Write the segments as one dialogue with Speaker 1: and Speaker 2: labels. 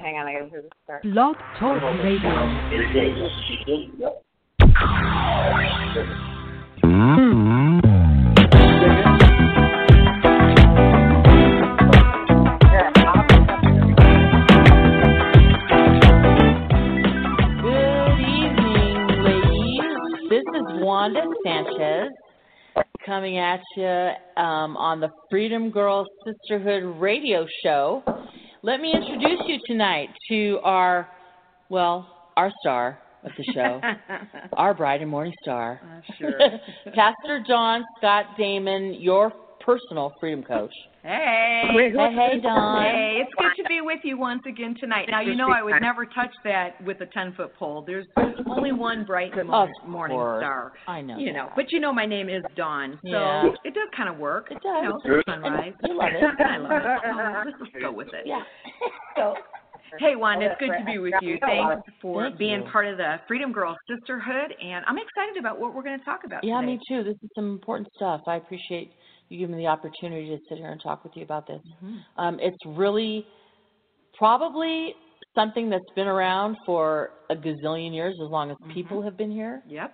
Speaker 1: Hang on, I gotta hear this start.
Speaker 2: Blog Talk Radio.
Speaker 3: Good evening, ladies. This is Wanda Sanchez coming at you um, on the Freedom Girl Sisterhood radio show. Let me introduce you tonight to our, well, our star of the show, our bride and morning star,
Speaker 4: Sure.
Speaker 3: Pastor John Scott Damon, your personal freedom coach.
Speaker 4: Hey.
Speaker 3: Hey, hey, Don.
Speaker 4: Hey, it's good to be with you once again tonight. Now you know I would never touch that with a ten foot pole. There's only one bright mo-
Speaker 3: Of
Speaker 4: morning
Speaker 3: course.
Speaker 4: star.
Speaker 3: I know.
Speaker 4: You know,
Speaker 3: that.
Speaker 4: but you know my name is Dawn, so
Speaker 3: Yeah.
Speaker 4: it does kind of work.
Speaker 3: It
Speaker 4: You know,
Speaker 3: does.
Speaker 4: it's sunrise.
Speaker 3: You love it.
Speaker 4: I love it. Oh, let's just go with it.
Speaker 3: Yeah.
Speaker 4: So, hey, Wanda, it's good to be with you. Thanks for
Speaker 3: Thank
Speaker 4: being
Speaker 3: you.
Speaker 4: part of the Freedom Girl Sisterhood, and I'm excited about what we're going to talk about
Speaker 3: Yeah,
Speaker 4: today.
Speaker 3: me too. This is some important stuff. I appreciate you giving me the opportunity to sit here and talk with you about this.
Speaker 4: Mm-hmm.
Speaker 3: Um, it's really probably something that's been around for a gazillion years, as long as people have been here,
Speaker 4: Yep.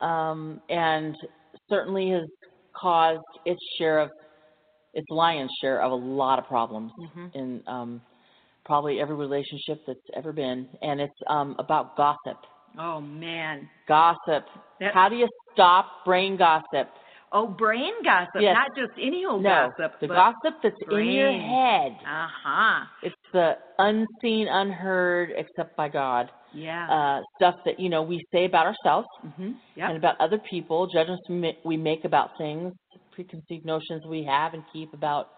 Speaker 3: um, and certainly has caused its share of its lion's share of a lot of problems in um, probably every relationship that's ever been. And it's um, about gossip.
Speaker 4: Oh man.
Speaker 3: Gossip.
Speaker 4: That-
Speaker 3: How do you stop brain gossip?
Speaker 4: Oh, brain gossip,
Speaker 3: Yes.
Speaker 4: not just any old
Speaker 3: No,
Speaker 4: gossip.
Speaker 3: the
Speaker 4: but,
Speaker 3: gossip that's in your
Speaker 4: brain.
Speaker 3: head.
Speaker 4: Uh-huh.
Speaker 3: It's the unseen, unheard, except by God
Speaker 4: Yeah.
Speaker 3: uh, stuff that you know we say about ourselves
Speaker 4: mm-hmm.
Speaker 3: and
Speaker 4: Yep.
Speaker 3: about other people, judgments we ma- we make about things, preconceived notions we have and keep about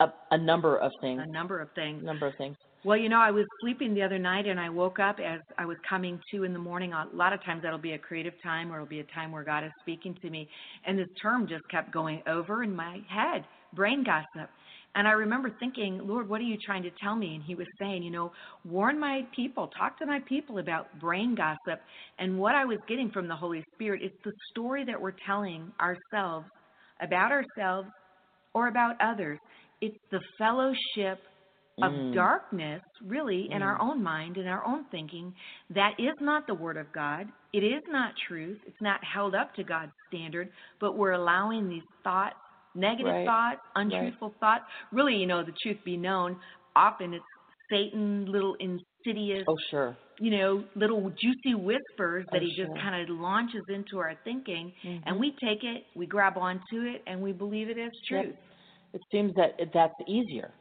Speaker 3: a, a number of things.
Speaker 4: A number of things.
Speaker 3: Number of things.
Speaker 4: Well, you know, I was sleeping the other night and I woke up as I was coming to in the morning. A lot of times that'll be a creative time or it'll be a time where God is speaking to me. And this term just kept going over in my head brain gossip. And I remember thinking, Lord, what are you trying to tell me? And he was saying, you know, warn my people, talk to my people about brain gossip. And what I was getting from the Holy Spirit is the story that we're telling ourselves about ourselves or about others. It's the fellowship of
Speaker 3: Mm.
Speaker 4: darkness, really, in our own mind, in our own thinking. That is not the Word of God. It is not truth. It's not held up to God's standard, but we're allowing these thoughts, negative
Speaker 3: Right.
Speaker 4: thoughts, untruthful thoughts. Really, you know, the truth be known, often it's Satan, little insidious
Speaker 3: Oh sure.
Speaker 4: you know, little juicy whispers that
Speaker 3: Oh,
Speaker 4: he just
Speaker 3: sure. Mm-hmm.
Speaker 4: kind of launches into our thinking, and we take it, we grab onto it, and we believe it as
Speaker 3: Yep.
Speaker 4: truth.
Speaker 3: It seems that that's easier.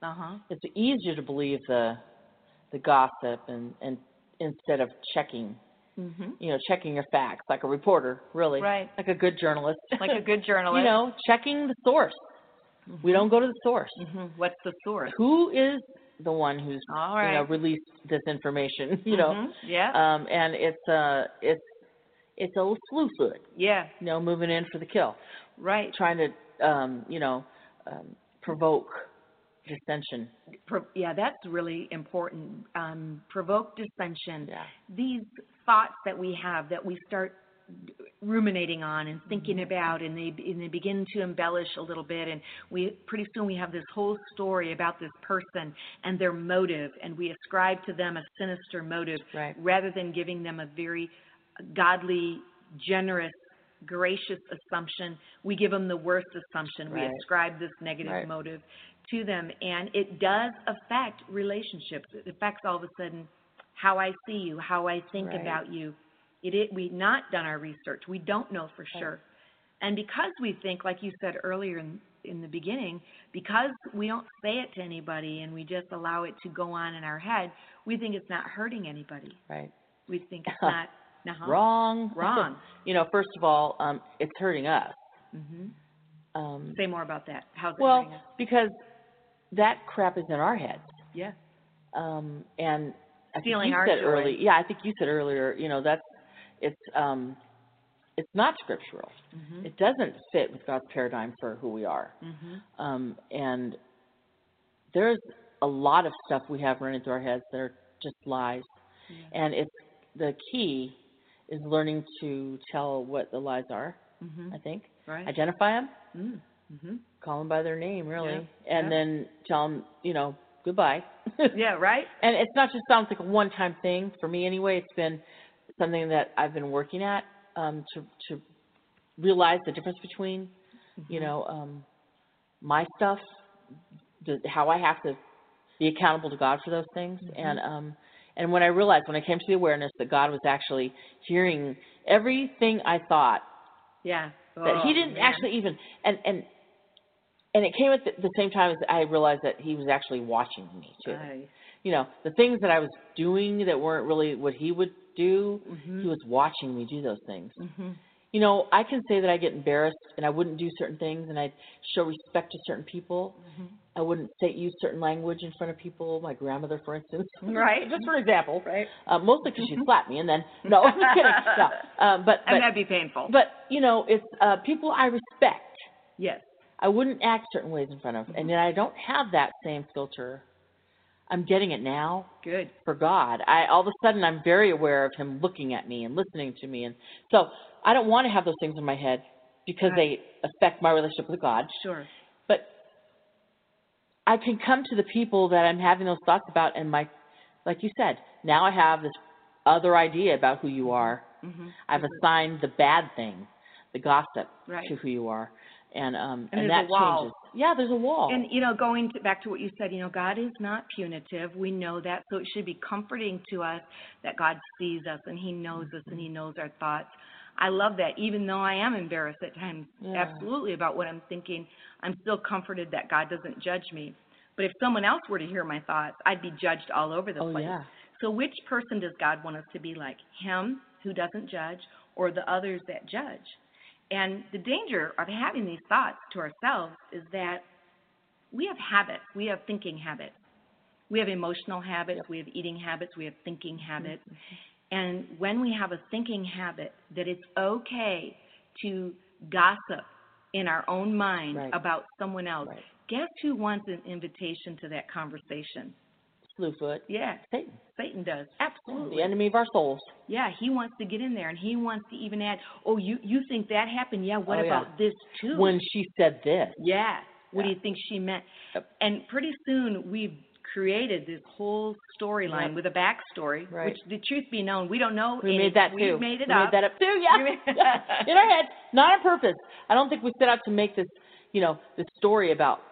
Speaker 4: Uh huh.
Speaker 3: It's easier to believe the the gossip and and instead of checking
Speaker 4: hmm
Speaker 3: you know, checking your facts like a reporter, really.
Speaker 4: Right.
Speaker 3: Like a good journalist.
Speaker 4: Like a good
Speaker 3: you
Speaker 4: journalist. Mm-hmm.
Speaker 3: know, checking the source. We don't go to the source.
Speaker 4: Mhm. What's the source?
Speaker 3: Who is the one who's
Speaker 4: All
Speaker 3: you know
Speaker 4: right.
Speaker 3: released this information? You know,
Speaker 4: Mhm. Yeah.
Speaker 3: um, and it's uh, it's it's a little slew foot,
Speaker 4: yeah.
Speaker 3: you know, moving in for the kill,
Speaker 4: Right.
Speaker 3: trying to um, you know um, provoke dissension.
Speaker 4: Pro- yeah, that's really important. Um, provoke dissension.
Speaker 3: Yeah.
Speaker 4: These thoughts that we have that we start ruminating on and thinking
Speaker 3: Mm-hmm.
Speaker 4: about and they and they begin to embellish a little bit and we pretty soon we have this whole story about this person and their motive and we ascribe to them a sinister motive
Speaker 3: Right.
Speaker 4: rather than giving them a very godly generous gracious assumption we give them the worst assumption
Speaker 3: Right.
Speaker 4: we ascribe this negative
Speaker 3: Right.
Speaker 4: motive to them and it does affect relationships it affects all of a sudden how i see you how i think
Speaker 3: Right.
Speaker 4: about you it, it we've not done our research. We don't know for sure. And because we think, like you said earlier in, in the beginning, because we don't say it to anybody and we just allow it to go on in our head, we think it's not hurting anybody.
Speaker 3: Right.
Speaker 4: We think it's not uh-huh.
Speaker 3: Wrong.
Speaker 4: Wrong.
Speaker 3: you know, first of all, um, it's hurting us.
Speaker 4: hmm
Speaker 3: Um,
Speaker 4: Say more about that. How's it
Speaker 3: Mm-hmm. well,
Speaker 4: hurting us?
Speaker 3: because that crap is in our heads.
Speaker 4: Yeah.
Speaker 3: um, and I think
Speaker 4: Stealing
Speaker 3: you
Speaker 4: our
Speaker 3: said
Speaker 4: joy.
Speaker 3: early, yeah, I think you said earlier, you know, that's it's um, it's not scriptural.
Speaker 4: Mm-hmm.
Speaker 3: It doesn't fit with God's paradigm for who we are. Um, and there's a lot of stuff we have running through our heads that are just lies, and it's the key is learning to tell what the lies are. mm-hmm. I think
Speaker 4: Mm-hmm. Right.
Speaker 3: identify them,
Speaker 4: Mm-hmm.
Speaker 3: call them by their name, really,
Speaker 4: Yeah,
Speaker 3: and
Speaker 4: yeah.
Speaker 3: then tell them, you know, goodbye.
Speaker 4: Yeah, right?
Speaker 3: And it's not just sounds like a one time thing for me anyway. It's been something that I've been working at um, to to realize the difference between you
Speaker 4: Mm-hmm.
Speaker 3: know um, my stuff, the, how I have to be accountable to God for those things,
Speaker 4: Mm-hmm.
Speaker 3: and um, and when I realized when I came to the awareness that God was actually hearing everything I thought
Speaker 4: Yeah.
Speaker 3: that
Speaker 4: Oh,
Speaker 3: he didn't
Speaker 4: man.
Speaker 3: actually even and and and it came at the, the same time as I realized that he was actually watching me too
Speaker 4: Right.
Speaker 3: you know, the things that I was doing that weren't really what he would do,
Speaker 4: Mm-hmm.
Speaker 3: he was mm-hmm. watching me do those things.
Speaker 4: Mhm.
Speaker 3: You know, I can say that I get embarrassed and I wouldn't do certain things and I'd show respect to certain people. I wouldn't say use certain language in front of people, my grandmother, for instance.
Speaker 4: Right.
Speaker 3: Just for an example.
Speaker 4: Right.
Speaker 3: Uh, mostly because she slapped me and then, no, I'm just kidding. No. Um, but,
Speaker 4: And
Speaker 3: but,
Speaker 4: that'd be painful.
Speaker 3: but, you know, it's uh, people I respect.
Speaker 4: yes.
Speaker 3: I wouldn't act certain ways in front of,
Speaker 4: Mm-hmm.
Speaker 3: and then I don't have that same filter. I'm getting it now
Speaker 4: Good.
Speaker 3: for God. I all of a sudden I'm very aware of Him looking at me and listening to me, and so I don't want to have those things in my head because
Speaker 4: Right.
Speaker 3: they affect my relationship with God.
Speaker 4: Sure.
Speaker 3: But I can come to the people that I'm having those thoughts about, and my, like you said, now I have this other idea about who you are.
Speaker 4: hmm
Speaker 3: I've assigned the bad thing, the gossip,
Speaker 4: Right.
Speaker 3: to who you are, and um,
Speaker 4: And
Speaker 3: and,
Speaker 4: there's
Speaker 3: that
Speaker 4: a wall.
Speaker 3: changes. Yeah, there's a wall.
Speaker 4: And you know, going to, back to what you said, you know, God is not punitive. We know that, so it should be comforting to us that God sees us and He knows us and He
Speaker 3: Mm-hmm.
Speaker 4: knows our thoughts. I love that, even though I am embarrassed at times,
Speaker 3: Yeah.
Speaker 4: absolutely about what I'm thinking. I'm still comforted that God doesn't judge me. But if someone else were to hear my thoughts, I'd be judged all over the
Speaker 3: oh
Speaker 4: place.
Speaker 3: yeah.
Speaker 4: So, which person does God want us to be like? Him who doesn't judge, or the others that judge? And the danger of having these thoughts to ourselves is that we have habits, we have thinking habits, we have emotional habits, we have eating habits, we have thinking habits.
Speaker 3: Mm-hmm.
Speaker 4: And when we have a thinking habit that it's okay to gossip in our own mind
Speaker 3: Right.
Speaker 4: about someone else,
Speaker 3: Right.
Speaker 4: guess who wants an invitation to that conversation?
Speaker 3: Slew foot.
Speaker 4: Yeah,
Speaker 3: Satan,
Speaker 4: Satan does.
Speaker 3: the
Speaker 4: Absolutely.
Speaker 3: enemy of our souls.
Speaker 4: Yeah, he wants to get in there and he wants to even add, oh, you, you think that happened? Yeah, what
Speaker 3: Oh, yeah.
Speaker 4: about this too?
Speaker 3: When she said this.
Speaker 4: yeah, what do
Speaker 3: Yeah.
Speaker 4: you think she meant?
Speaker 3: Yep.
Speaker 4: And pretty soon we've created this whole storyline
Speaker 3: Yep.
Speaker 4: with a backstory,
Speaker 3: Right.
Speaker 4: which the truth be known, we don't know.
Speaker 3: We
Speaker 4: any-
Speaker 3: made that too.
Speaker 4: We made it
Speaker 3: we
Speaker 4: up.
Speaker 3: Made that up too. Yeah.
Speaker 4: We made-
Speaker 3: In our head, not on purpose. I don't think we set out to make this, you know, this story about.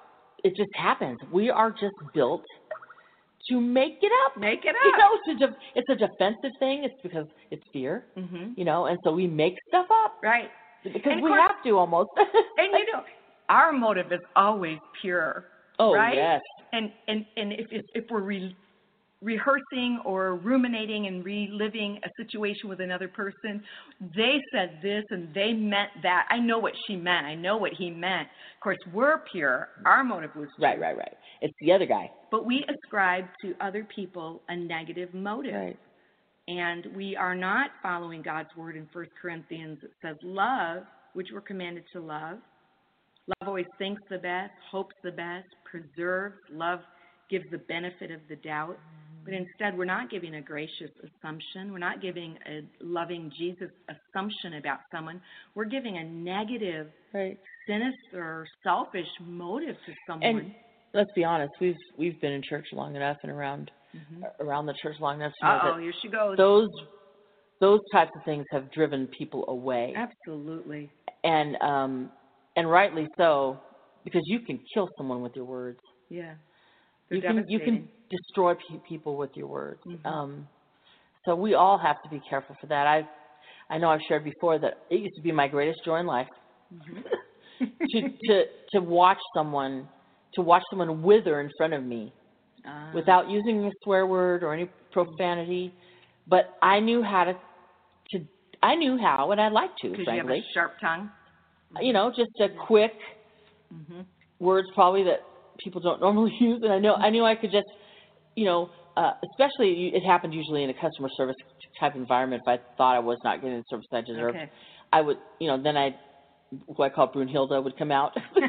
Speaker 3: It just happens. We are just built to make it up.
Speaker 4: Make it
Speaker 3: You
Speaker 4: up.
Speaker 3: know, it's a, de- it's a defensive thing. It's because it's fear,
Speaker 4: hmm
Speaker 3: you know, and so we make stuff up
Speaker 4: Right.
Speaker 3: because
Speaker 4: And of
Speaker 3: we
Speaker 4: course-
Speaker 3: have to almost.
Speaker 4: And you know, our motive is always pure.
Speaker 3: oh
Speaker 4: right?
Speaker 3: yes,
Speaker 4: and and and if if, if we're re- rehearsing or ruminating and reliving a situation with another person, they said this and they meant that. I know what she meant. I know what he meant. Of course, we're pure. Our motive was pure.
Speaker 3: right, right, right. It's the other guy.
Speaker 4: But we ascribe to other people a negative motive. And we are not following God's word in 1 Corinthians. It says, Love, which we're commanded to love. Love always thinks the best, hopes the best, preserves. Love gives the benefit of the doubt. But
Speaker 3: Mm-hmm.
Speaker 4: instead, we're not giving a gracious assumption. We're not giving a loving Jesus assumption about someone. We're giving a negative,
Speaker 3: right.
Speaker 4: sinister, selfish motive to someone.
Speaker 3: And let's be honest, we've we've been in church long enough and around around the church long enough to know
Speaker 4: Uh Mm-hmm. oh,
Speaker 3: that
Speaker 4: here she goes.
Speaker 3: those those types of things have driven people away
Speaker 4: Absolutely.
Speaker 3: and um and rightly so because you can kill someone with your words
Speaker 4: Yeah. They're
Speaker 3: you can you
Speaker 4: devastating. Mm-hmm.
Speaker 3: can destroy pe- people with your words um so we all have to be careful for that i i know i've shared before that it used to be my greatest joy in life
Speaker 4: Mm-hmm.
Speaker 3: to to to watch someone to watch someone wither in front of me
Speaker 4: Ah.
Speaker 3: without using a swear word or any profanity, but I knew how to, to I knew how, and I like to,
Speaker 4: Because you have a
Speaker 3: frankly.
Speaker 4: sharp tongue. Mm-hmm.
Speaker 3: You know, just a quick words probably that people don't normally use, and I know I knew I could just, you know, uh, especially you- it happened usually in a customer service type environment. If I thought I was not getting the service I deserved,
Speaker 4: Okay.
Speaker 3: I would, you know, then I, who I call Brunhilde, would come out.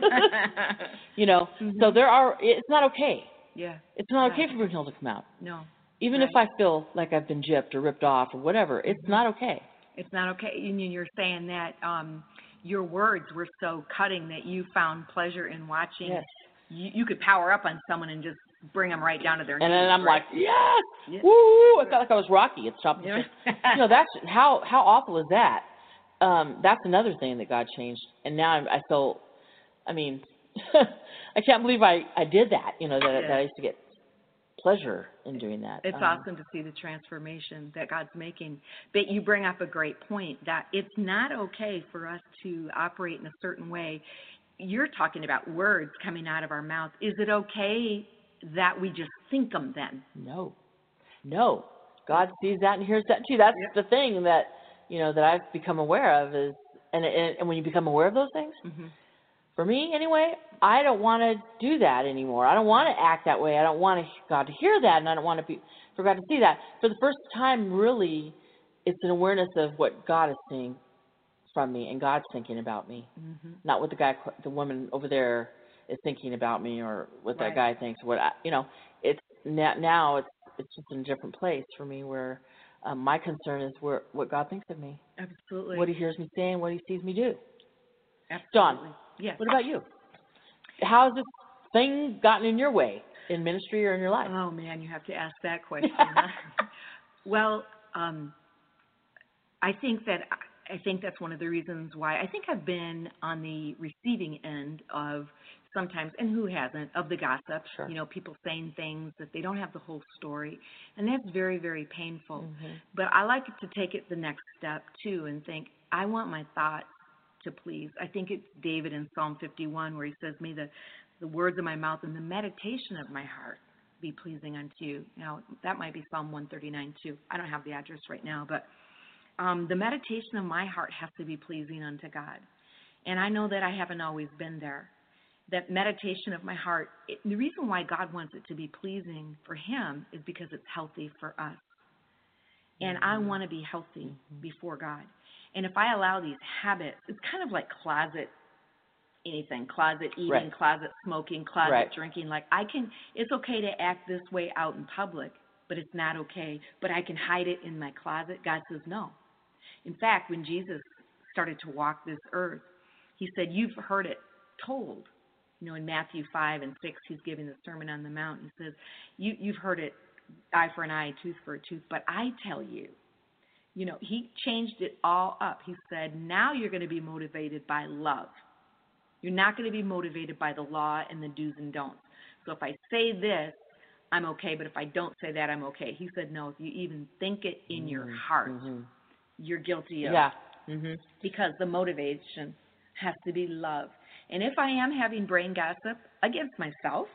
Speaker 3: you know, so there are. It's not okay.
Speaker 4: Mm-hmm. yeah.
Speaker 3: It's not okay
Speaker 4: Right.
Speaker 3: for Brunhilde to come out.
Speaker 4: No,
Speaker 3: Even if I feel like I've been gypped or ripped off or whatever, it's
Speaker 4: Mm-hmm.
Speaker 3: not okay.
Speaker 4: it's not okay. And you- you're saying that um, your words were so cutting that you found pleasure in watching.
Speaker 3: Yes.
Speaker 4: You, you could power up on someone and just bring them right down to their knees.
Speaker 3: And then I'm
Speaker 4: right?
Speaker 3: like, yes,
Speaker 4: Yeah.
Speaker 3: woo! I felt like I was Rocky at Stop the
Speaker 4: You know?
Speaker 3: you know that's how how awful is that um that's another thing that god changed and now I'm, i feel i mean i can't believe i i did that you know that, that i used to get pleasure in doing that
Speaker 4: It's
Speaker 3: Um,
Speaker 4: awesome to see the transformation that God's making. But you bring up a great point that it's not okay for us to operate in a certain way. You're talking about words coming out of our mouth. Is it okay that we just think them then?
Speaker 3: no no god sees that and hears that too that's the thing that you know that i've become aware of is and and, and when you become aware of those things
Speaker 4: Mm-hmm.
Speaker 3: for me anyway, I don't want to do that anymore. I don't want to act that way. I don't want to, God to hear that, and I don't want to be for God to see that. For the first time, really, it's an awareness of what God is seeing from me, and God's thinking about me,
Speaker 4: Mm-hmm.
Speaker 3: not what the guy, the woman over there is thinking about me, or what that guy
Speaker 4: Right.
Speaker 3: thinks. What I, you know, it's na- now it's it's just in a different place for me where um, my concern is where what God thinks of me,
Speaker 4: Absolutely.
Speaker 3: what He hears me saying, what He sees me do.
Speaker 4: Absolutely. Yes.
Speaker 3: What about you? How has this thing gotten in your way in ministry or in your life?
Speaker 4: Oh man, you have to ask that question. well, um, I think that I think that's one of the reasons why I think I've been on the receiving end of sometimes, and who hasn't, of the gossip.
Speaker 3: Sure.
Speaker 4: You know, people saying things that they don't have the whole story, and that's very, very painful.
Speaker 3: Mm.
Speaker 4: But I like to take it the next step too and think, I want my thoughts to please. I think it's David in Psalm 51 where he says, May the, the words of my mouth and the meditation of my heart be pleasing unto you. Now, that might be Psalm 139 too. I don't have the address right now, but um, the meditation of my heart has to be pleasing unto God. And I know that I haven't always been there. That meditation of my heart, it, the reason why God wants it to be pleasing for Him is because it's healthy for us and I want to be healthy before God. And if I allow these habits, it's kind of like closet anything, closet eating,
Speaker 3: Right.
Speaker 4: closet smoking, closet
Speaker 3: Right.
Speaker 4: drinking. Like I can, it's okay to act this way out in public, but it's not okay. But I can hide it in my closet. God says no. In fact, when Jesus started to walk this earth, he said, You've heard it told. You know, in Matthew 5 and 6, he's giving the Sermon on the Mount. and He says, you, You've heard it eye for an eye, tooth for a tooth, but I tell you. You know, he changed it all up. He said, Now you're going to be motivated by love. You're not going to be motivated by the law and the do's and don'ts. So if I say this, I'm okay, but if I don't say that, I'm okay. He said, No, if you even think it in your heart,
Speaker 3: Mhm.
Speaker 4: you're guilty of
Speaker 3: Yeah. Mhm.
Speaker 4: because the motivation has to be love. And if I am having brain gossip against myself,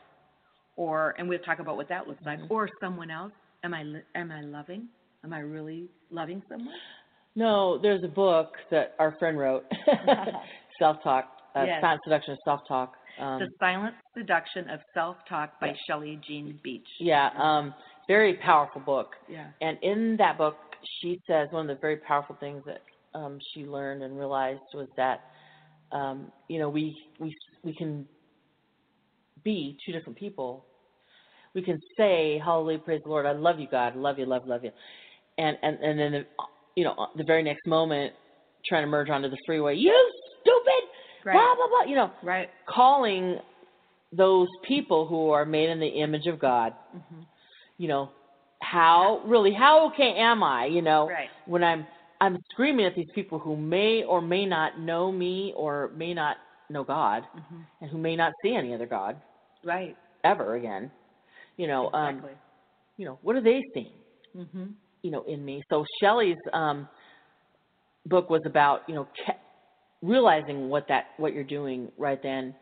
Speaker 4: or and we'll talk about what that looks
Speaker 3: Mm-hmm.
Speaker 4: like, or someone else, am I li- am I loving? Am I really loving someone?
Speaker 3: No, there's a book that our friend wrote, Self Talk, uh,
Speaker 4: Yes.
Speaker 3: Silent Seduction of Self Talk. Um,
Speaker 4: the Silent Seduction of Self-Talk by
Speaker 3: Yeah.
Speaker 4: Shelley Jean Beach.
Speaker 3: yeah, um, very powerful book.
Speaker 4: Yeah.
Speaker 3: And in that book, she says one of the very powerful things that um, she learned and realized was that um, you know we we we can be two different people. We can say Hallelujah, praise the Lord, I love you, God, I love you, love, love you, and and and then the, you know the very next moment trying to merge onto the freeway, you stupid, blah
Speaker 4: Right.
Speaker 3: blah blah, you know,
Speaker 4: Right.
Speaker 3: calling those people who are made in the image of God
Speaker 4: hmm
Speaker 3: you know, how really how okay am I, you know,
Speaker 4: Right.
Speaker 3: when I'm I'm screaming at these people who may or may not know me or may not know God
Speaker 4: hmm
Speaker 3: and who may not see any other God
Speaker 4: Right.
Speaker 3: ever again. You know, um,
Speaker 4: Exactly.
Speaker 3: you know, what are they seeing,
Speaker 4: hmm
Speaker 3: you know, in me? So Shelley's um book was about, you know, ca- realizing what that what you're doing right then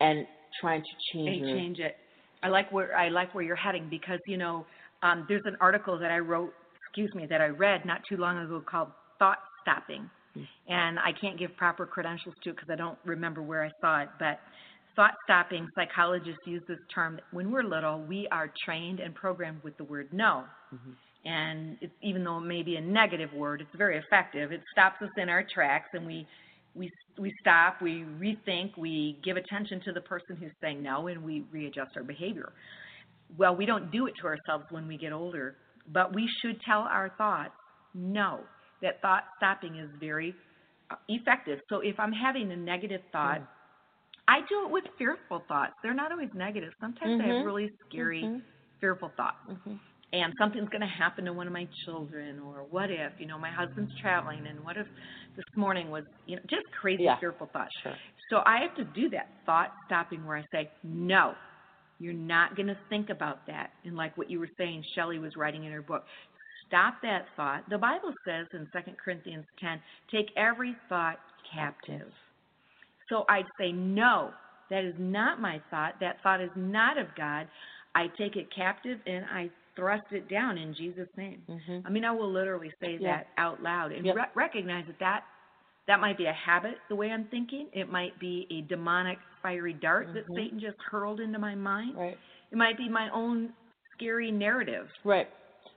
Speaker 3: and trying to change
Speaker 4: and
Speaker 3: your
Speaker 4: change it. I like where I like where you're heading because you know um, there's an article that I wrote, excuse me, that I read not too long ago called "Thought Stopping," and I can't give proper credentials to it because I don't remember where I saw it. But thought stopping, psychologists use this term. When we're little, we are trained and programmed with the word no. And it's, even though it may be a negative word, it's very effective. It stops us in our tracks, and we we we stop, we rethink, we give attention to the person who's saying no, and we readjust our behavior. Well, we don't do it to ourselves when we get older, but we should tell our thoughts no. That thought stopping is very uh, effective. So if I'm having a negative thought, I do it with fearful thoughts. They're not always negative. Sometimes I have
Speaker 3: Mhm.
Speaker 4: really scary,
Speaker 3: Mhm.
Speaker 4: fearful thoughts.
Speaker 3: Mhm.
Speaker 4: And something's going to happen to one of my children, or what if, you know, my husband's traveling, and what if this morning was, you know, just crazy,
Speaker 3: Yeah.
Speaker 4: fearful thoughts.
Speaker 3: Sure.
Speaker 4: So I have to do that thought stopping where I say, no, you're not going to think about that. And like what you were saying, Shelley was writing in her book, stop that thought. The Bible says in 2 Corinthians 10, take every thought captive. So I'd say, no, that is not my thought. That thought is not of God. I take it captive and I thrust it down in Jesus' name.
Speaker 3: Mhm.
Speaker 4: I mean, I will literally say
Speaker 3: Yeah.
Speaker 4: that out loud and
Speaker 3: Yep.
Speaker 4: re- recognize that, that that might be a habit, the way I'm thinking. It might be a demonic fiery dart that
Speaker 3: Mhm.
Speaker 4: Satan just hurled into my mind.
Speaker 3: Right.
Speaker 4: It might be my own scary narrative,
Speaker 3: Right.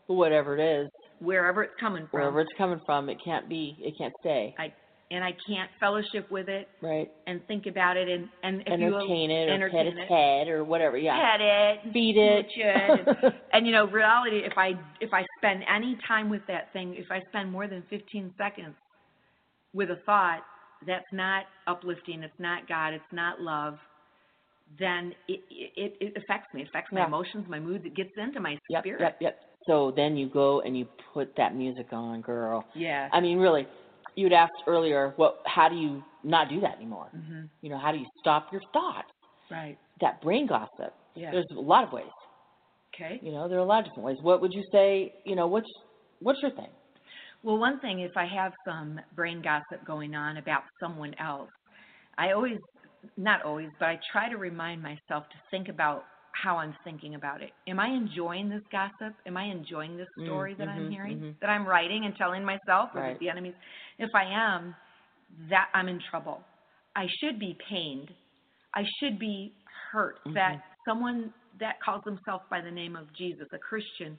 Speaker 3: But whatever it is,
Speaker 4: wherever it's coming from.
Speaker 3: wherever it's coming from, it can't be, it can't stay.
Speaker 4: I and I can't fellowship with it
Speaker 3: Right.
Speaker 4: and think about it and and if you
Speaker 3: entertain it or
Speaker 4: entertain
Speaker 3: pet
Speaker 4: it.
Speaker 3: its head or whatever. Yeah.
Speaker 4: pet it,
Speaker 3: Feed it.
Speaker 4: smooch it, and- and you know reality if i if i spend any time with that thing if i spend more than 15 seconds with a thought that's not uplifting it's not god it's not love then it it, it affects me it affects my
Speaker 3: Yeah.
Speaker 4: emotions my moods it gets into my
Speaker 3: yep,
Speaker 4: spirit
Speaker 3: yep, yep. So then you go and you put that music on, girl.
Speaker 4: yeah
Speaker 3: I mean, really, you'd asked earlier, what? How do you not do that anymore?
Speaker 4: mhm
Speaker 3: You know, how do you stop your thoughts?
Speaker 4: right
Speaker 3: That brain gossip.
Speaker 4: yeah
Speaker 3: There's a lot of ways.
Speaker 4: okay
Speaker 3: You know, there are a lot of different ways. What would you say? You know, what's what's your thing?
Speaker 4: Well, one thing, if I have some brain gossip going on about someone else, I always, not always, but I try to remind myself to think about how I'm thinking about it. Am I enjoying this gossip? Am I enjoying this
Speaker 3: Mm,
Speaker 4: story that I'm
Speaker 3: mhm,
Speaker 4: hearing,
Speaker 3: mhm.
Speaker 4: that I'm writing and telling myself or
Speaker 3: Right.
Speaker 4: that the enemy's? If I am, that I'm in trouble. I should be pained. I should be hurt that
Speaker 3: Mhm.
Speaker 4: someone that calls themselves by the name of Jesus, a Christian,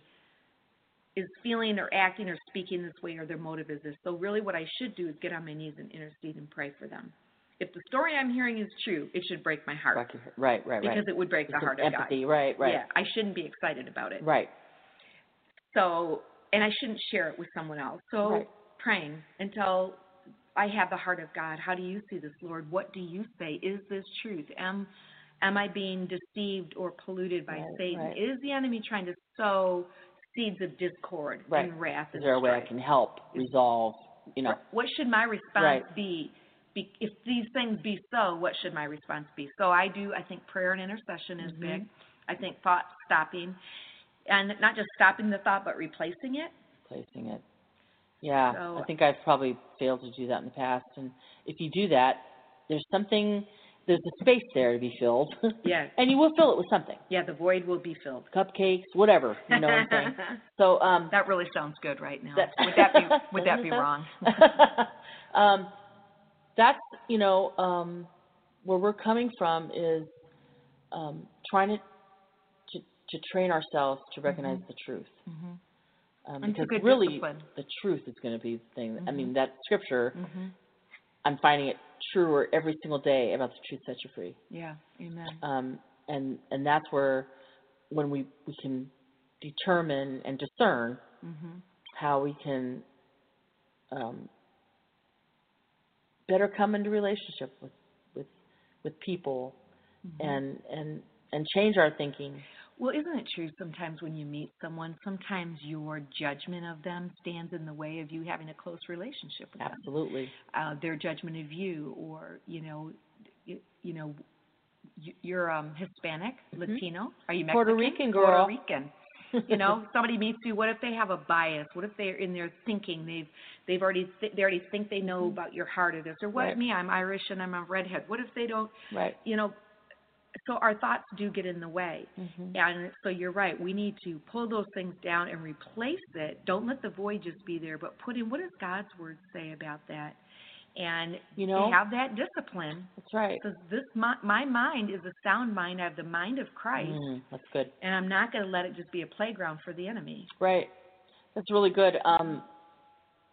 Speaker 4: is feeling or acting or speaking this way or their motive is this. So really what I should do is get on my knees and intercede and pray for them. If the story I'm hearing is true, it should break my heart
Speaker 3: Right, right, right.
Speaker 4: because it would break the
Speaker 3: It's
Speaker 4: heart
Speaker 3: an
Speaker 4: of God.
Speaker 3: empathy. Right, right,
Speaker 4: Yeah, I shouldn't be excited about it.
Speaker 3: right.
Speaker 4: So, and I shouldn't share it with someone else. So
Speaker 3: Right.
Speaker 4: praying until I have the heart of God. How do you see this, Lord? What do you say? Is this truth? Am am I being deceived or polluted by
Speaker 3: Right,
Speaker 4: Satan?
Speaker 3: right.
Speaker 4: Is the enemy trying to sow seeds of discord
Speaker 3: Right.
Speaker 4: and wrath?
Speaker 3: Is
Speaker 4: and
Speaker 3: there a way I
Speaker 4: strife?
Speaker 3: can help resolve? You know,
Speaker 4: What should my response
Speaker 3: Right.
Speaker 4: be? be? If these things be so, what should my response be? So I do, I think prayer and intercession is
Speaker 3: Mhm.
Speaker 4: big. I think thought stopping, and not just stopping the thought, but replacing it.
Speaker 3: placing it. Yeah,
Speaker 4: So-
Speaker 3: I think I've probably failed to do that in the past. And if you do that, there's something, there's a space there to be filled,
Speaker 4: Yeah,
Speaker 3: and you will fill it with something,
Speaker 4: yeah, the void will be filled.
Speaker 3: cupcakes, whatever. You know what I'm saying? So um,
Speaker 4: that really sounds good right now.
Speaker 3: That-
Speaker 4: would that be would that be
Speaker 3: Doesn't it?
Speaker 4: wrong?
Speaker 3: um, that's you know um, where we're coming from is um, trying to, to to train ourselves to recognize the truth.
Speaker 4: Mhm.
Speaker 3: Um,
Speaker 4: And it's a
Speaker 3: because
Speaker 4: good
Speaker 3: really,
Speaker 4: discipline.
Speaker 3: the truth is going to be the thing. I
Speaker 4: Mhm.
Speaker 3: mean, that scripture.
Speaker 4: Mhm.
Speaker 3: I'm finding it truer every single day about the truth sets you free.
Speaker 4: Yeah. Amen.
Speaker 3: Um, and and that's where when we we can determine and discern
Speaker 4: Mhm.
Speaker 3: how we can um, better come into relationship with with with people
Speaker 4: Mhm.
Speaker 3: and and and change our thinking.
Speaker 4: Well, isn't it true sometimes when you meet someone, sometimes your judgment of them stands in the way of you having a close relationship with them?
Speaker 3: Absolutely.
Speaker 4: Uh, their judgment of you, or you know, you, you know, you- you're um, Hispanic,
Speaker 3: Mhm.
Speaker 4: Latino. Are you Mexican?
Speaker 3: Puerto Rican girl.
Speaker 4: Puerto Rican. You know, somebody meets you. What if they have a bias? What if they're in their thinking? They've they've already th- they already think they know about your heart or this or what?
Speaker 3: Mm-hmm. Right.
Speaker 4: Me, I'm Irish and I'm a redhead. What if they don't?
Speaker 3: right.
Speaker 4: You know, so our thoughts do get in the way.
Speaker 3: Mm-hmm.
Speaker 4: And so you're right. We need to pull those things down and replace it. Don't let the void just be there, but put in what does God's word say about that? And
Speaker 3: You know,
Speaker 4: have that discipline
Speaker 3: that's right.
Speaker 4: because this my, my mind is a sound mind. I have the mind of Christ,
Speaker 3: Mm, that's good.
Speaker 4: and I'm not going to let it just be a playground for the enemy.
Speaker 3: Right. That's really good. Um,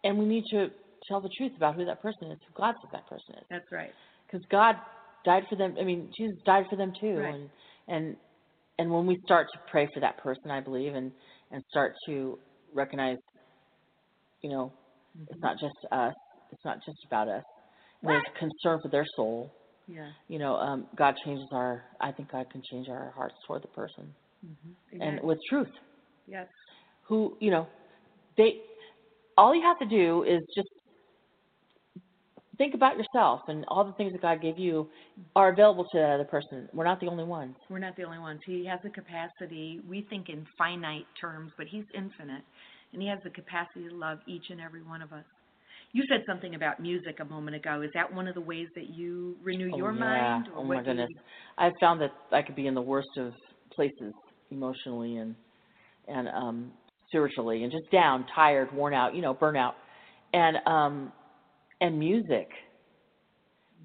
Speaker 3: and we need to tell the truth about who that person is, who God says that person is,
Speaker 4: That's right.
Speaker 3: because God died for them. I mean, Jesus died for them too.
Speaker 4: Right.
Speaker 3: And and and when we start to pray for that person, I believe, and and start to recognize, you
Speaker 4: Mm-hmm.
Speaker 3: know, it's not just us. It's not just about us. There's concern for their soul.
Speaker 4: Yeah.
Speaker 3: You know, um, God changes our. I think God can change our hearts toward the person,
Speaker 4: Mm-hmm.
Speaker 3: and with truth.
Speaker 4: yes.
Speaker 3: Who you know, they. All you have to do is just think about yourself, and all the things that God gave you are available to that other person. We're not the only ones.
Speaker 4: We're not the only ones. He has the capacity. We think in finite terms, but he's infinite, and he has the capacity to love each and every one of us. You said something about music a moment ago. Is that one of the ways that you renew
Speaker 3: Oh,
Speaker 4: your
Speaker 3: yeah.
Speaker 4: mind? Or
Speaker 3: Oh,
Speaker 4: what
Speaker 3: my
Speaker 4: do you-
Speaker 3: goodness. I've found that I could be in the worst of places emotionally and and um spiritually and just down, tired, worn out, you know, burnout. And um and music.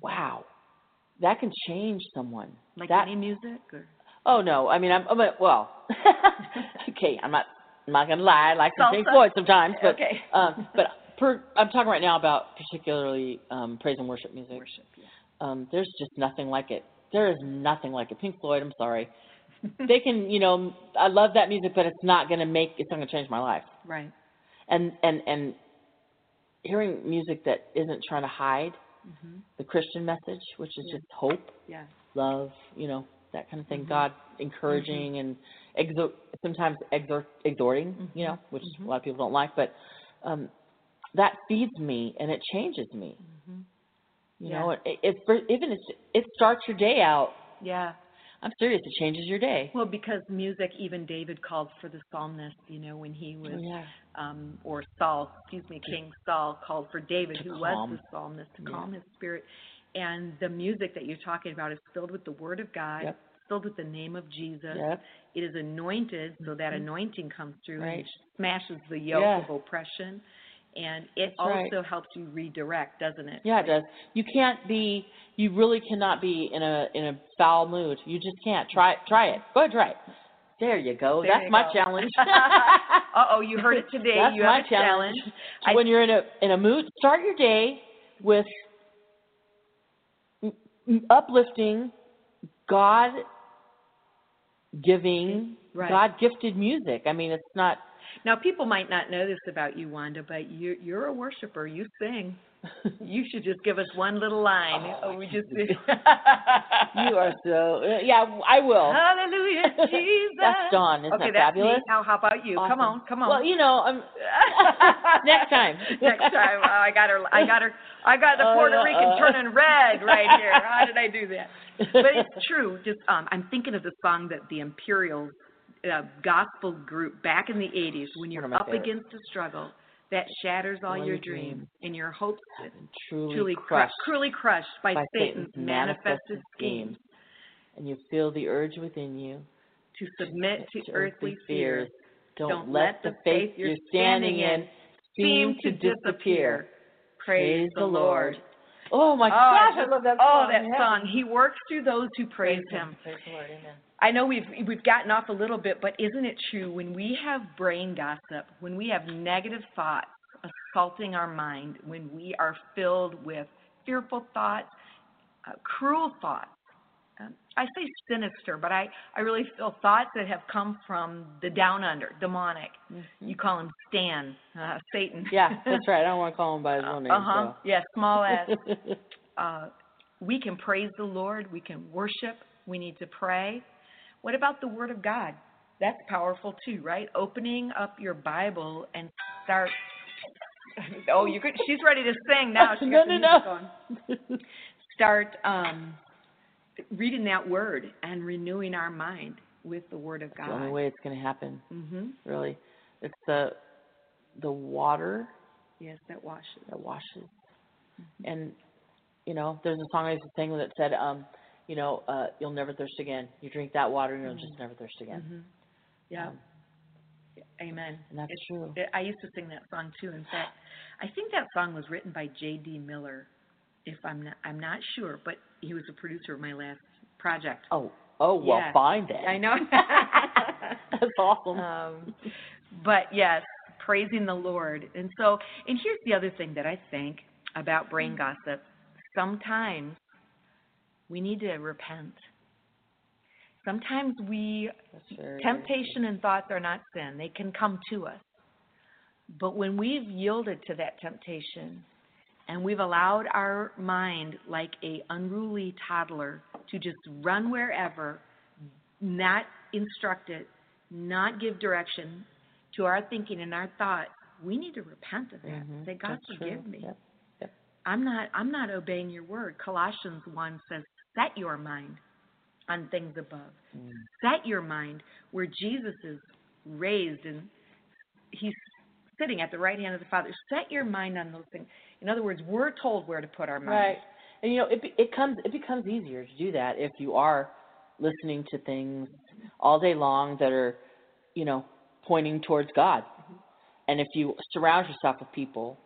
Speaker 3: Wow. That can change someone.
Speaker 4: like
Speaker 3: that
Speaker 4: any music? Or?
Speaker 3: Oh no, I mean I'm, I'm well. okay, I'm not I'm not gonna lie. I like to sing
Speaker 4: Salsa.
Speaker 3: Floyd sometimes, but
Speaker 4: Okay.
Speaker 3: um, but per, I'm talking right now about particularly um, praise and worship music.
Speaker 4: Worship, yeah.
Speaker 3: Um, there's just nothing like it. There is nothing like it. Pink Floyd. I'm sorry. They can, you know, I love that music, but it's not gonna make it's not gonna change my life.
Speaker 4: right.
Speaker 3: And and and hearing music that isn't trying to hide
Speaker 4: Mm-hmm.
Speaker 3: the Christian message, which is
Speaker 4: Yeah.
Speaker 3: just hope
Speaker 4: Yeah.
Speaker 3: love, you know, that kind of thing.
Speaker 4: Mhm.
Speaker 3: God encouraging
Speaker 4: Mm-hmm.
Speaker 3: and exo- sometimes exor- exhorting, you know, which
Speaker 4: Mhm.
Speaker 3: a lot of people don't like, but um, that feeds me and it changes me.
Speaker 4: Mm-hmm.
Speaker 3: You
Speaker 4: Yeah.
Speaker 3: know, it, it, it even it's, it starts your day out.
Speaker 4: Yeah.
Speaker 3: I'm serious, it changes your day.
Speaker 4: Well, because music, even David called for the psalmist, you know, when he was,
Speaker 3: Yeah.
Speaker 4: um, or Saul, excuse me, King Saul called for David,
Speaker 3: To
Speaker 4: who was
Speaker 3: calm.
Speaker 4: the psalmist, to
Speaker 3: Yeah.
Speaker 4: calm his spirit. And the music that you're talking about is filled with the Word of God,
Speaker 3: Yep.
Speaker 4: filled with the name of Jesus.
Speaker 3: Yep.
Speaker 4: It is anointed, so that
Speaker 3: Mhm.
Speaker 4: anointing comes through
Speaker 3: Right.
Speaker 4: and smashes the yoke
Speaker 3: Yeah.
Speaker 4: of oppression. And it
Speaker 3: That's right.
Speaker 4: also helps you redirect, doesn't it?
Speaker 3: Yeah, it
Speaker 4: Like,
Speaker 3: does. You can't be. You really cannot be in a in a foul mood. You just can't. Try it. Try it. Go ahead, try it. There you go.
Speaker 4: There
Speaker 3: Oh, That's
Speaker 4: you
Speaker 3: my
Speaker 4: go.
Speaker 3: challenge.
Speaker 4: Uh-oh, you heard it today.
Speaker 3: That's
Speaker 4: You
Speaker 3: my
Speaker 4: have a challenge. I-
Speaker 3: when you're in a in a mood, start your day with m- m- uplifting, God giving,
Speaker 4: Right.
Speaker 3: God gifted music. I mean, it's not.
Speaker 4: Now, people might not know this about you, Wanda, but you, you're a worshiper. You sing. You should just give us one little line.
Speaker 3: Oh,
Speaker 4: we
Speaker 3: I
Speaker 4: just
Speaker 3: can't do you are so. Yeah, I will.
Speaker 4: Hallelujah, Jesus.
Speaker 3: Oh. That's Dawn. Isn't
Speaker 4: okay,
Speaker 3: that
Speaker 4: that's
Speaker 3: fabulous?
Speaker 4: Me. Now, how about you? Come on,
Speaker 3: Awesome.
Speaker 4: come on.
Speaker 3: Well, you know, um, next time.
Speaker 4: Next time. Oh, I got her. I got her. I got the
Speaker 3: Oh,
Speaker 4: Puerto
Speaker 3: yeah,
Speaker 4: Rican
Speaker 3: uh.
Speaker 4: turning red right here. How did I do that? But it's true. Just um, I'm thinking of the song that the Imperials uh, gospel group back in the 80s when you're
Speaker 3: One of
Speaker 4: up
Speaker 3: my favorites.
Speaker 4: against a struggle that shatters all
Speaker 3: All
Speaker 4: your
Speaker 3: your dreams.
Speaker 4: dreams and your hopes
Speaker 3: I've been truly,
Speaker 4: truly
Speaker 3: crushed
Speaker 4: cru- cruelly crushed by,
Speaker 3: by
Speaker 4: Satan's manifested schemes
Speaker 3: schemes, and you feel the urge within you
Speaker 4: to submit to
Speaker 3: to
Speaker 4: earthly fears
Speaker 3: Don't,
Speaker 4: Don't
Speaker 3: let the faith you're standing in seem to disappear.
Speaker 4: Praise the Lord.
Speaker 3: Oh my
Speaker 4: oh,
Speaker 3: gosh,
Speaker 4: just-
Speaker 3: I love that
Speaker 4: oh,
Speaker 3: song.
Speaker 4: that
Speaker 3: Yeah.
Speaker 4: song. He works through those who praise him.
Speaker 3: Praise the Lord. Amen.
Speaker 4: I know we've we've gotten off a little bit, but isn't it true when we have brain gossip, when we have negative thoughts assaulting our mind, when we are filled with fearful thoughts, uh, cruel thoughts? Um, I say sinister, but I I really feel thoughts that have come from the down under, demonic. You call him Stan, uh, Satan.
Speaker 3: Mm-hmm. Yeah, that's right. I don't want to call him by his real name.
Speaker 4: Uh huh. Yeah, small s.
Speaker 3: so.
Speaker 4: uh, we can praise the Lord, we can worship, we need to pray. What about the Word of God? That's powerful too, right? Opening up your Bible and start. Oh, you could. She's ready to sing now. She
Speaker 3: No,
Speaker 4: got
Speaker 3: no,
Speaker 4: the
Speaker 3: no.
Speaker 4: music on. Start um, reading that Word and renewing our mind with the Word of
Speaker 3: It's the only
Speaker 4: God.
Speaker 3: way it's going to happen,
Speaker 4: Mm-hmm.
Speaker 3: really. It's the the water
Speaker 4: Yes, that washes.
Speaker 3: that washes. And you know, there's a song I used to sing that said, um, you know, uh, you'll never thirst again. You drink that water and you'll just never thirst again.
Speaker 4: Mm-hmm. Yeah.
Speaker 3: Um,
Speaker 4: Amen.
Speaker 3: and that's
Speaker 4: It's-
Speaker 3: true.
Speaker 4: that- I used to sing that song too. In fact, I think that song was written by J.D. Miller. If I'm not, I'm not sure, but he was a producer of my last project.
Speaker 3: Oh, oh well,
Speaker 4: Yeah.
Speaker 3: fine then.
Speaker 4: I know.
Speaker 3: That's awesome.
Speaker 4: um, but yes, praising the Lord. And so, and here's the other thing that I think about brain gossip. Sometimes we need to repent. Sometimes we
Speaker 3: That's very
Speaker 4: Temptation and thoughts are not sin. They can come to us. But when we've yielded to that temptation and we've allowed our mind like a unruly toddler to just run wherever not instruct it not give direction to our thinking and our thoughts we need to repent of that
Speaker 3: Mhm.
Speaker 4: say god
Speaker 3: That's true.
Speaker 4: forgive me
Speaker 3: Yep.
Speaker 4: i'm not i'm not obeying your word colossians 1 says set your mind on things above
Speaker 3: Mm-hmm.
Speaker 4: set your mind where jesus is raised and he's sitting at the right hand of the father set your mind on those things in other words we're told where to put our mind
Speaker 3: Right. And you know, it be- it comes it becomes easier to do that if you are listening to things all day long that are, you know, pointing towards God.
Speaker 4: Mm-hmm.
Speaker 3: And if you surround yourself with people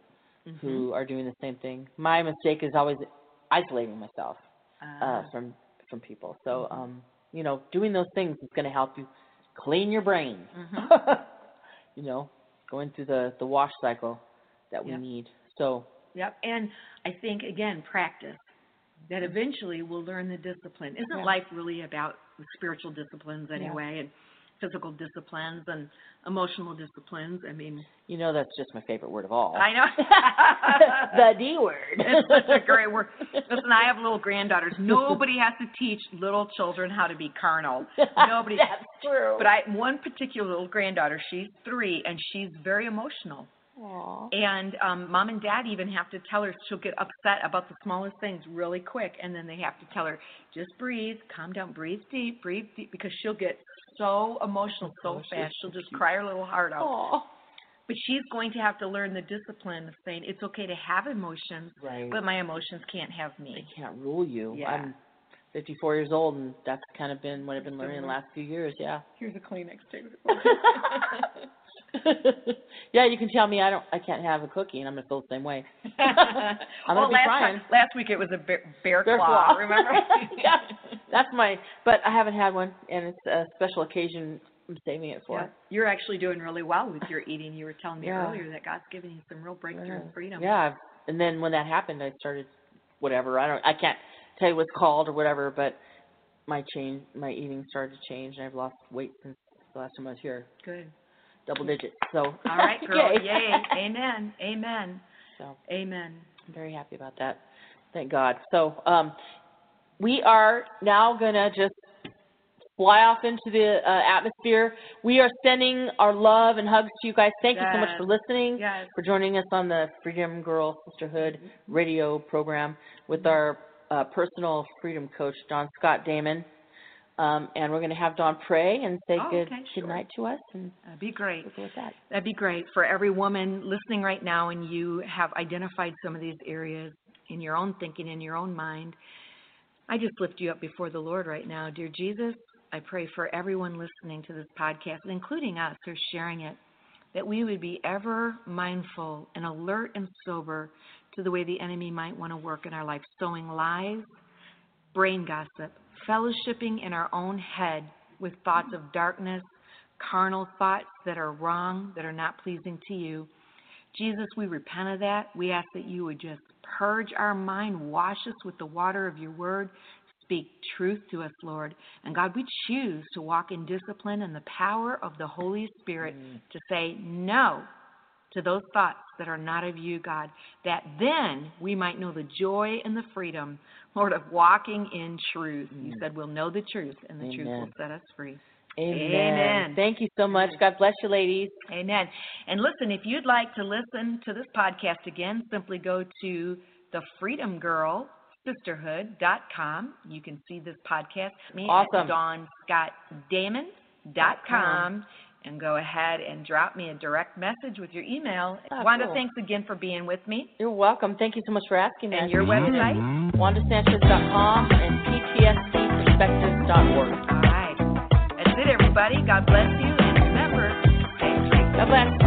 Speaker 4: Mm-hmm.
Speaker 3: who are doing the same thing, my mistake is always isolating myself
Speaker 4: Mhm.
Speaker 3: uh, from from people. So,
Speaker 4: Mm-hmm.
Speaker 3: um, you know, doing those things is going to help you clean your brain.
Speaker 4: mm-hmm.
Speaker 3: you know, going through the the wash cycle that we
Speaker 4: Yeah.
Speaker 3: need. So,
Speaker 4: Yep. And I think again, practice. That eventually we'll learn the discipline. Isn't
Speaker 3: Yeah.
Speaker 4: life really about the spiritual disciplines anyway, and physical disciplines and emotional disciplines? I mean,
Speaker 3: you know, that's just my favorite word of all.
Speaker 4: I know
Speaker 3: the D word.
Speaker 4: it's such a great word. Listen, I have little granddaughters. Nobody has to teach little children how to be carnal. Nobody.
Speaker 3: That's true.
Speaker 4: But I one particular little granddaughter, she's three, and she's very emotional. And um, mom and dad even have to tell her she'll get upset about the smallest things really quick, and then they have to tell her just breathe, calm down, breathe deep, breathe deep, because she'll get so emotional so fast she'll just cry her little heart out. But she's going to have to learn the discipline of saying it's okay to have emotions,
Speaker 3: Right.
Speaker 4: but my emotions can't have me.
Speaker 3: they can't rule you.
Speaker 4: Yeah.
Speaker 3: I'm 54 years old, and that's kind of been what I've been learning the last few years. Yeah.
Speaker 4: Here's a Kleenex too.
Speaker 3: yeah, you can tell me I don't, I can't have a cookie, and I'm gonna feel the same way. I'm
Speaker 4: well,
Speaker 3: gonna be
Speaker 4: last
Speaker 3: crying.
Speaker 4: time, last week it was a bear, bear,
Speaker 3: Bear
Speaker 4: claw,
Speaker 3: claw.
Speaker 4: Remember?
Speaker 3: yeah, that's my. But I haven't had one, and it's a special occasion. I'm saving it for.
Speaker 4: Yeah. You're actually doing really well with your eating. You were telling me
Speaker 3: Yeah.
Speaker 4: earlier that God's given you some real breakthrough and freedom.
Speaker 3: Yeah, I've- and then when that happened, I started whatever. I don't. I can't tell you what it's called or whatever, but my change, my eating started to change, and I've lost weight since the last time I was here,
Speaker 4: Good.
Speaker 3: double digits. So
Speaker 4: Hmm. All right, girl.
Speaker 3: Yay.
Speaker 4: Yay. Amen. Amen.
Speaker 3: So
Speaker 4: Amen.
Speaker 3: I'm very happy about that. Thank God. So um, we are now gonna just fly off into the uh, atmosphere. We are sending our love and hugs to you guys. Thank you so much
Speaker 4: Yes.
Speaker 3: for listening.
Speaker 4: Yes.
Speaker 3: for joining us on the Freedom Girl Sisterhood
Speaker 4: Mm-hmm.
Speaker 3: radio program with our uh, personal freedom coach, Don Scott Damon. Um, and we're going to have Don pray and say
Speaker 4: Oh,
Speaker 3: good,
Speaker 4: okay,
Speaker 3: good
Speaker 4: sure.
Speaker 3: night to us, and
Speaker 4: That'd Uh, be great.
Speaker 3: we'll go with that.
Speaker 4: That'd be great for every woman listening right now, and you have identified some of these areas in your own thinking, in your own mind. I just lift you up before the Lord right now. Dear Jesus, I pray for everyone listening to this podcast, including us who's sharing it, that we would be ever mindful and alert and sober to the way the enemy might want to work in our life, sowing lies, brain gossip, fellowshipping in our own head with thoughts of darkness, carnal thoughts that are wrong, that are not pleasing to you. Jesus, we repent of that. We ask that you would just purge our mind, wash us with the water of your word, speak truth to us, Lord. And God, we choose to walk in discipline and the power of the Holy Spirit to say no to those thoughts that are not of you, God, that then we might know the joy and the freedom, Lord, of walking in truth. You said we'll know the truth, and the truth will
Speaker 3: Amen.
Speaker 4: set us free.
Speaker 3: Amen.
Speaker 4: Amen.
Speaker 3: Thank you so much. God bless you, ladies.
Speaker 4: Amen. And listen, if you'd like to listen to this podcast again, simply go to thefreedomgirlsisterhood.com. You can see this podcast. Me
Speaker 3: Awesome.
Speaker 4: At DawnScottDamon.com. And go ahead and drop me a direct message with your email.
Speaker 3: Ah,
Speaker 4: Wanda,
Speaker 3: cool.
Speaker 4: thanks again for being with me.
Speaker 3: You're welcome. Thank you so much for asking
Speaker 4: And
Speaker 3: us.
Speaker 4: your website?
Speaker 3: WandaSanchez.com and PTSDperspectives.org.
Speaker 4: All right. That's it, everybody. God bless you. And remember, stay
Speaker 3: God bless.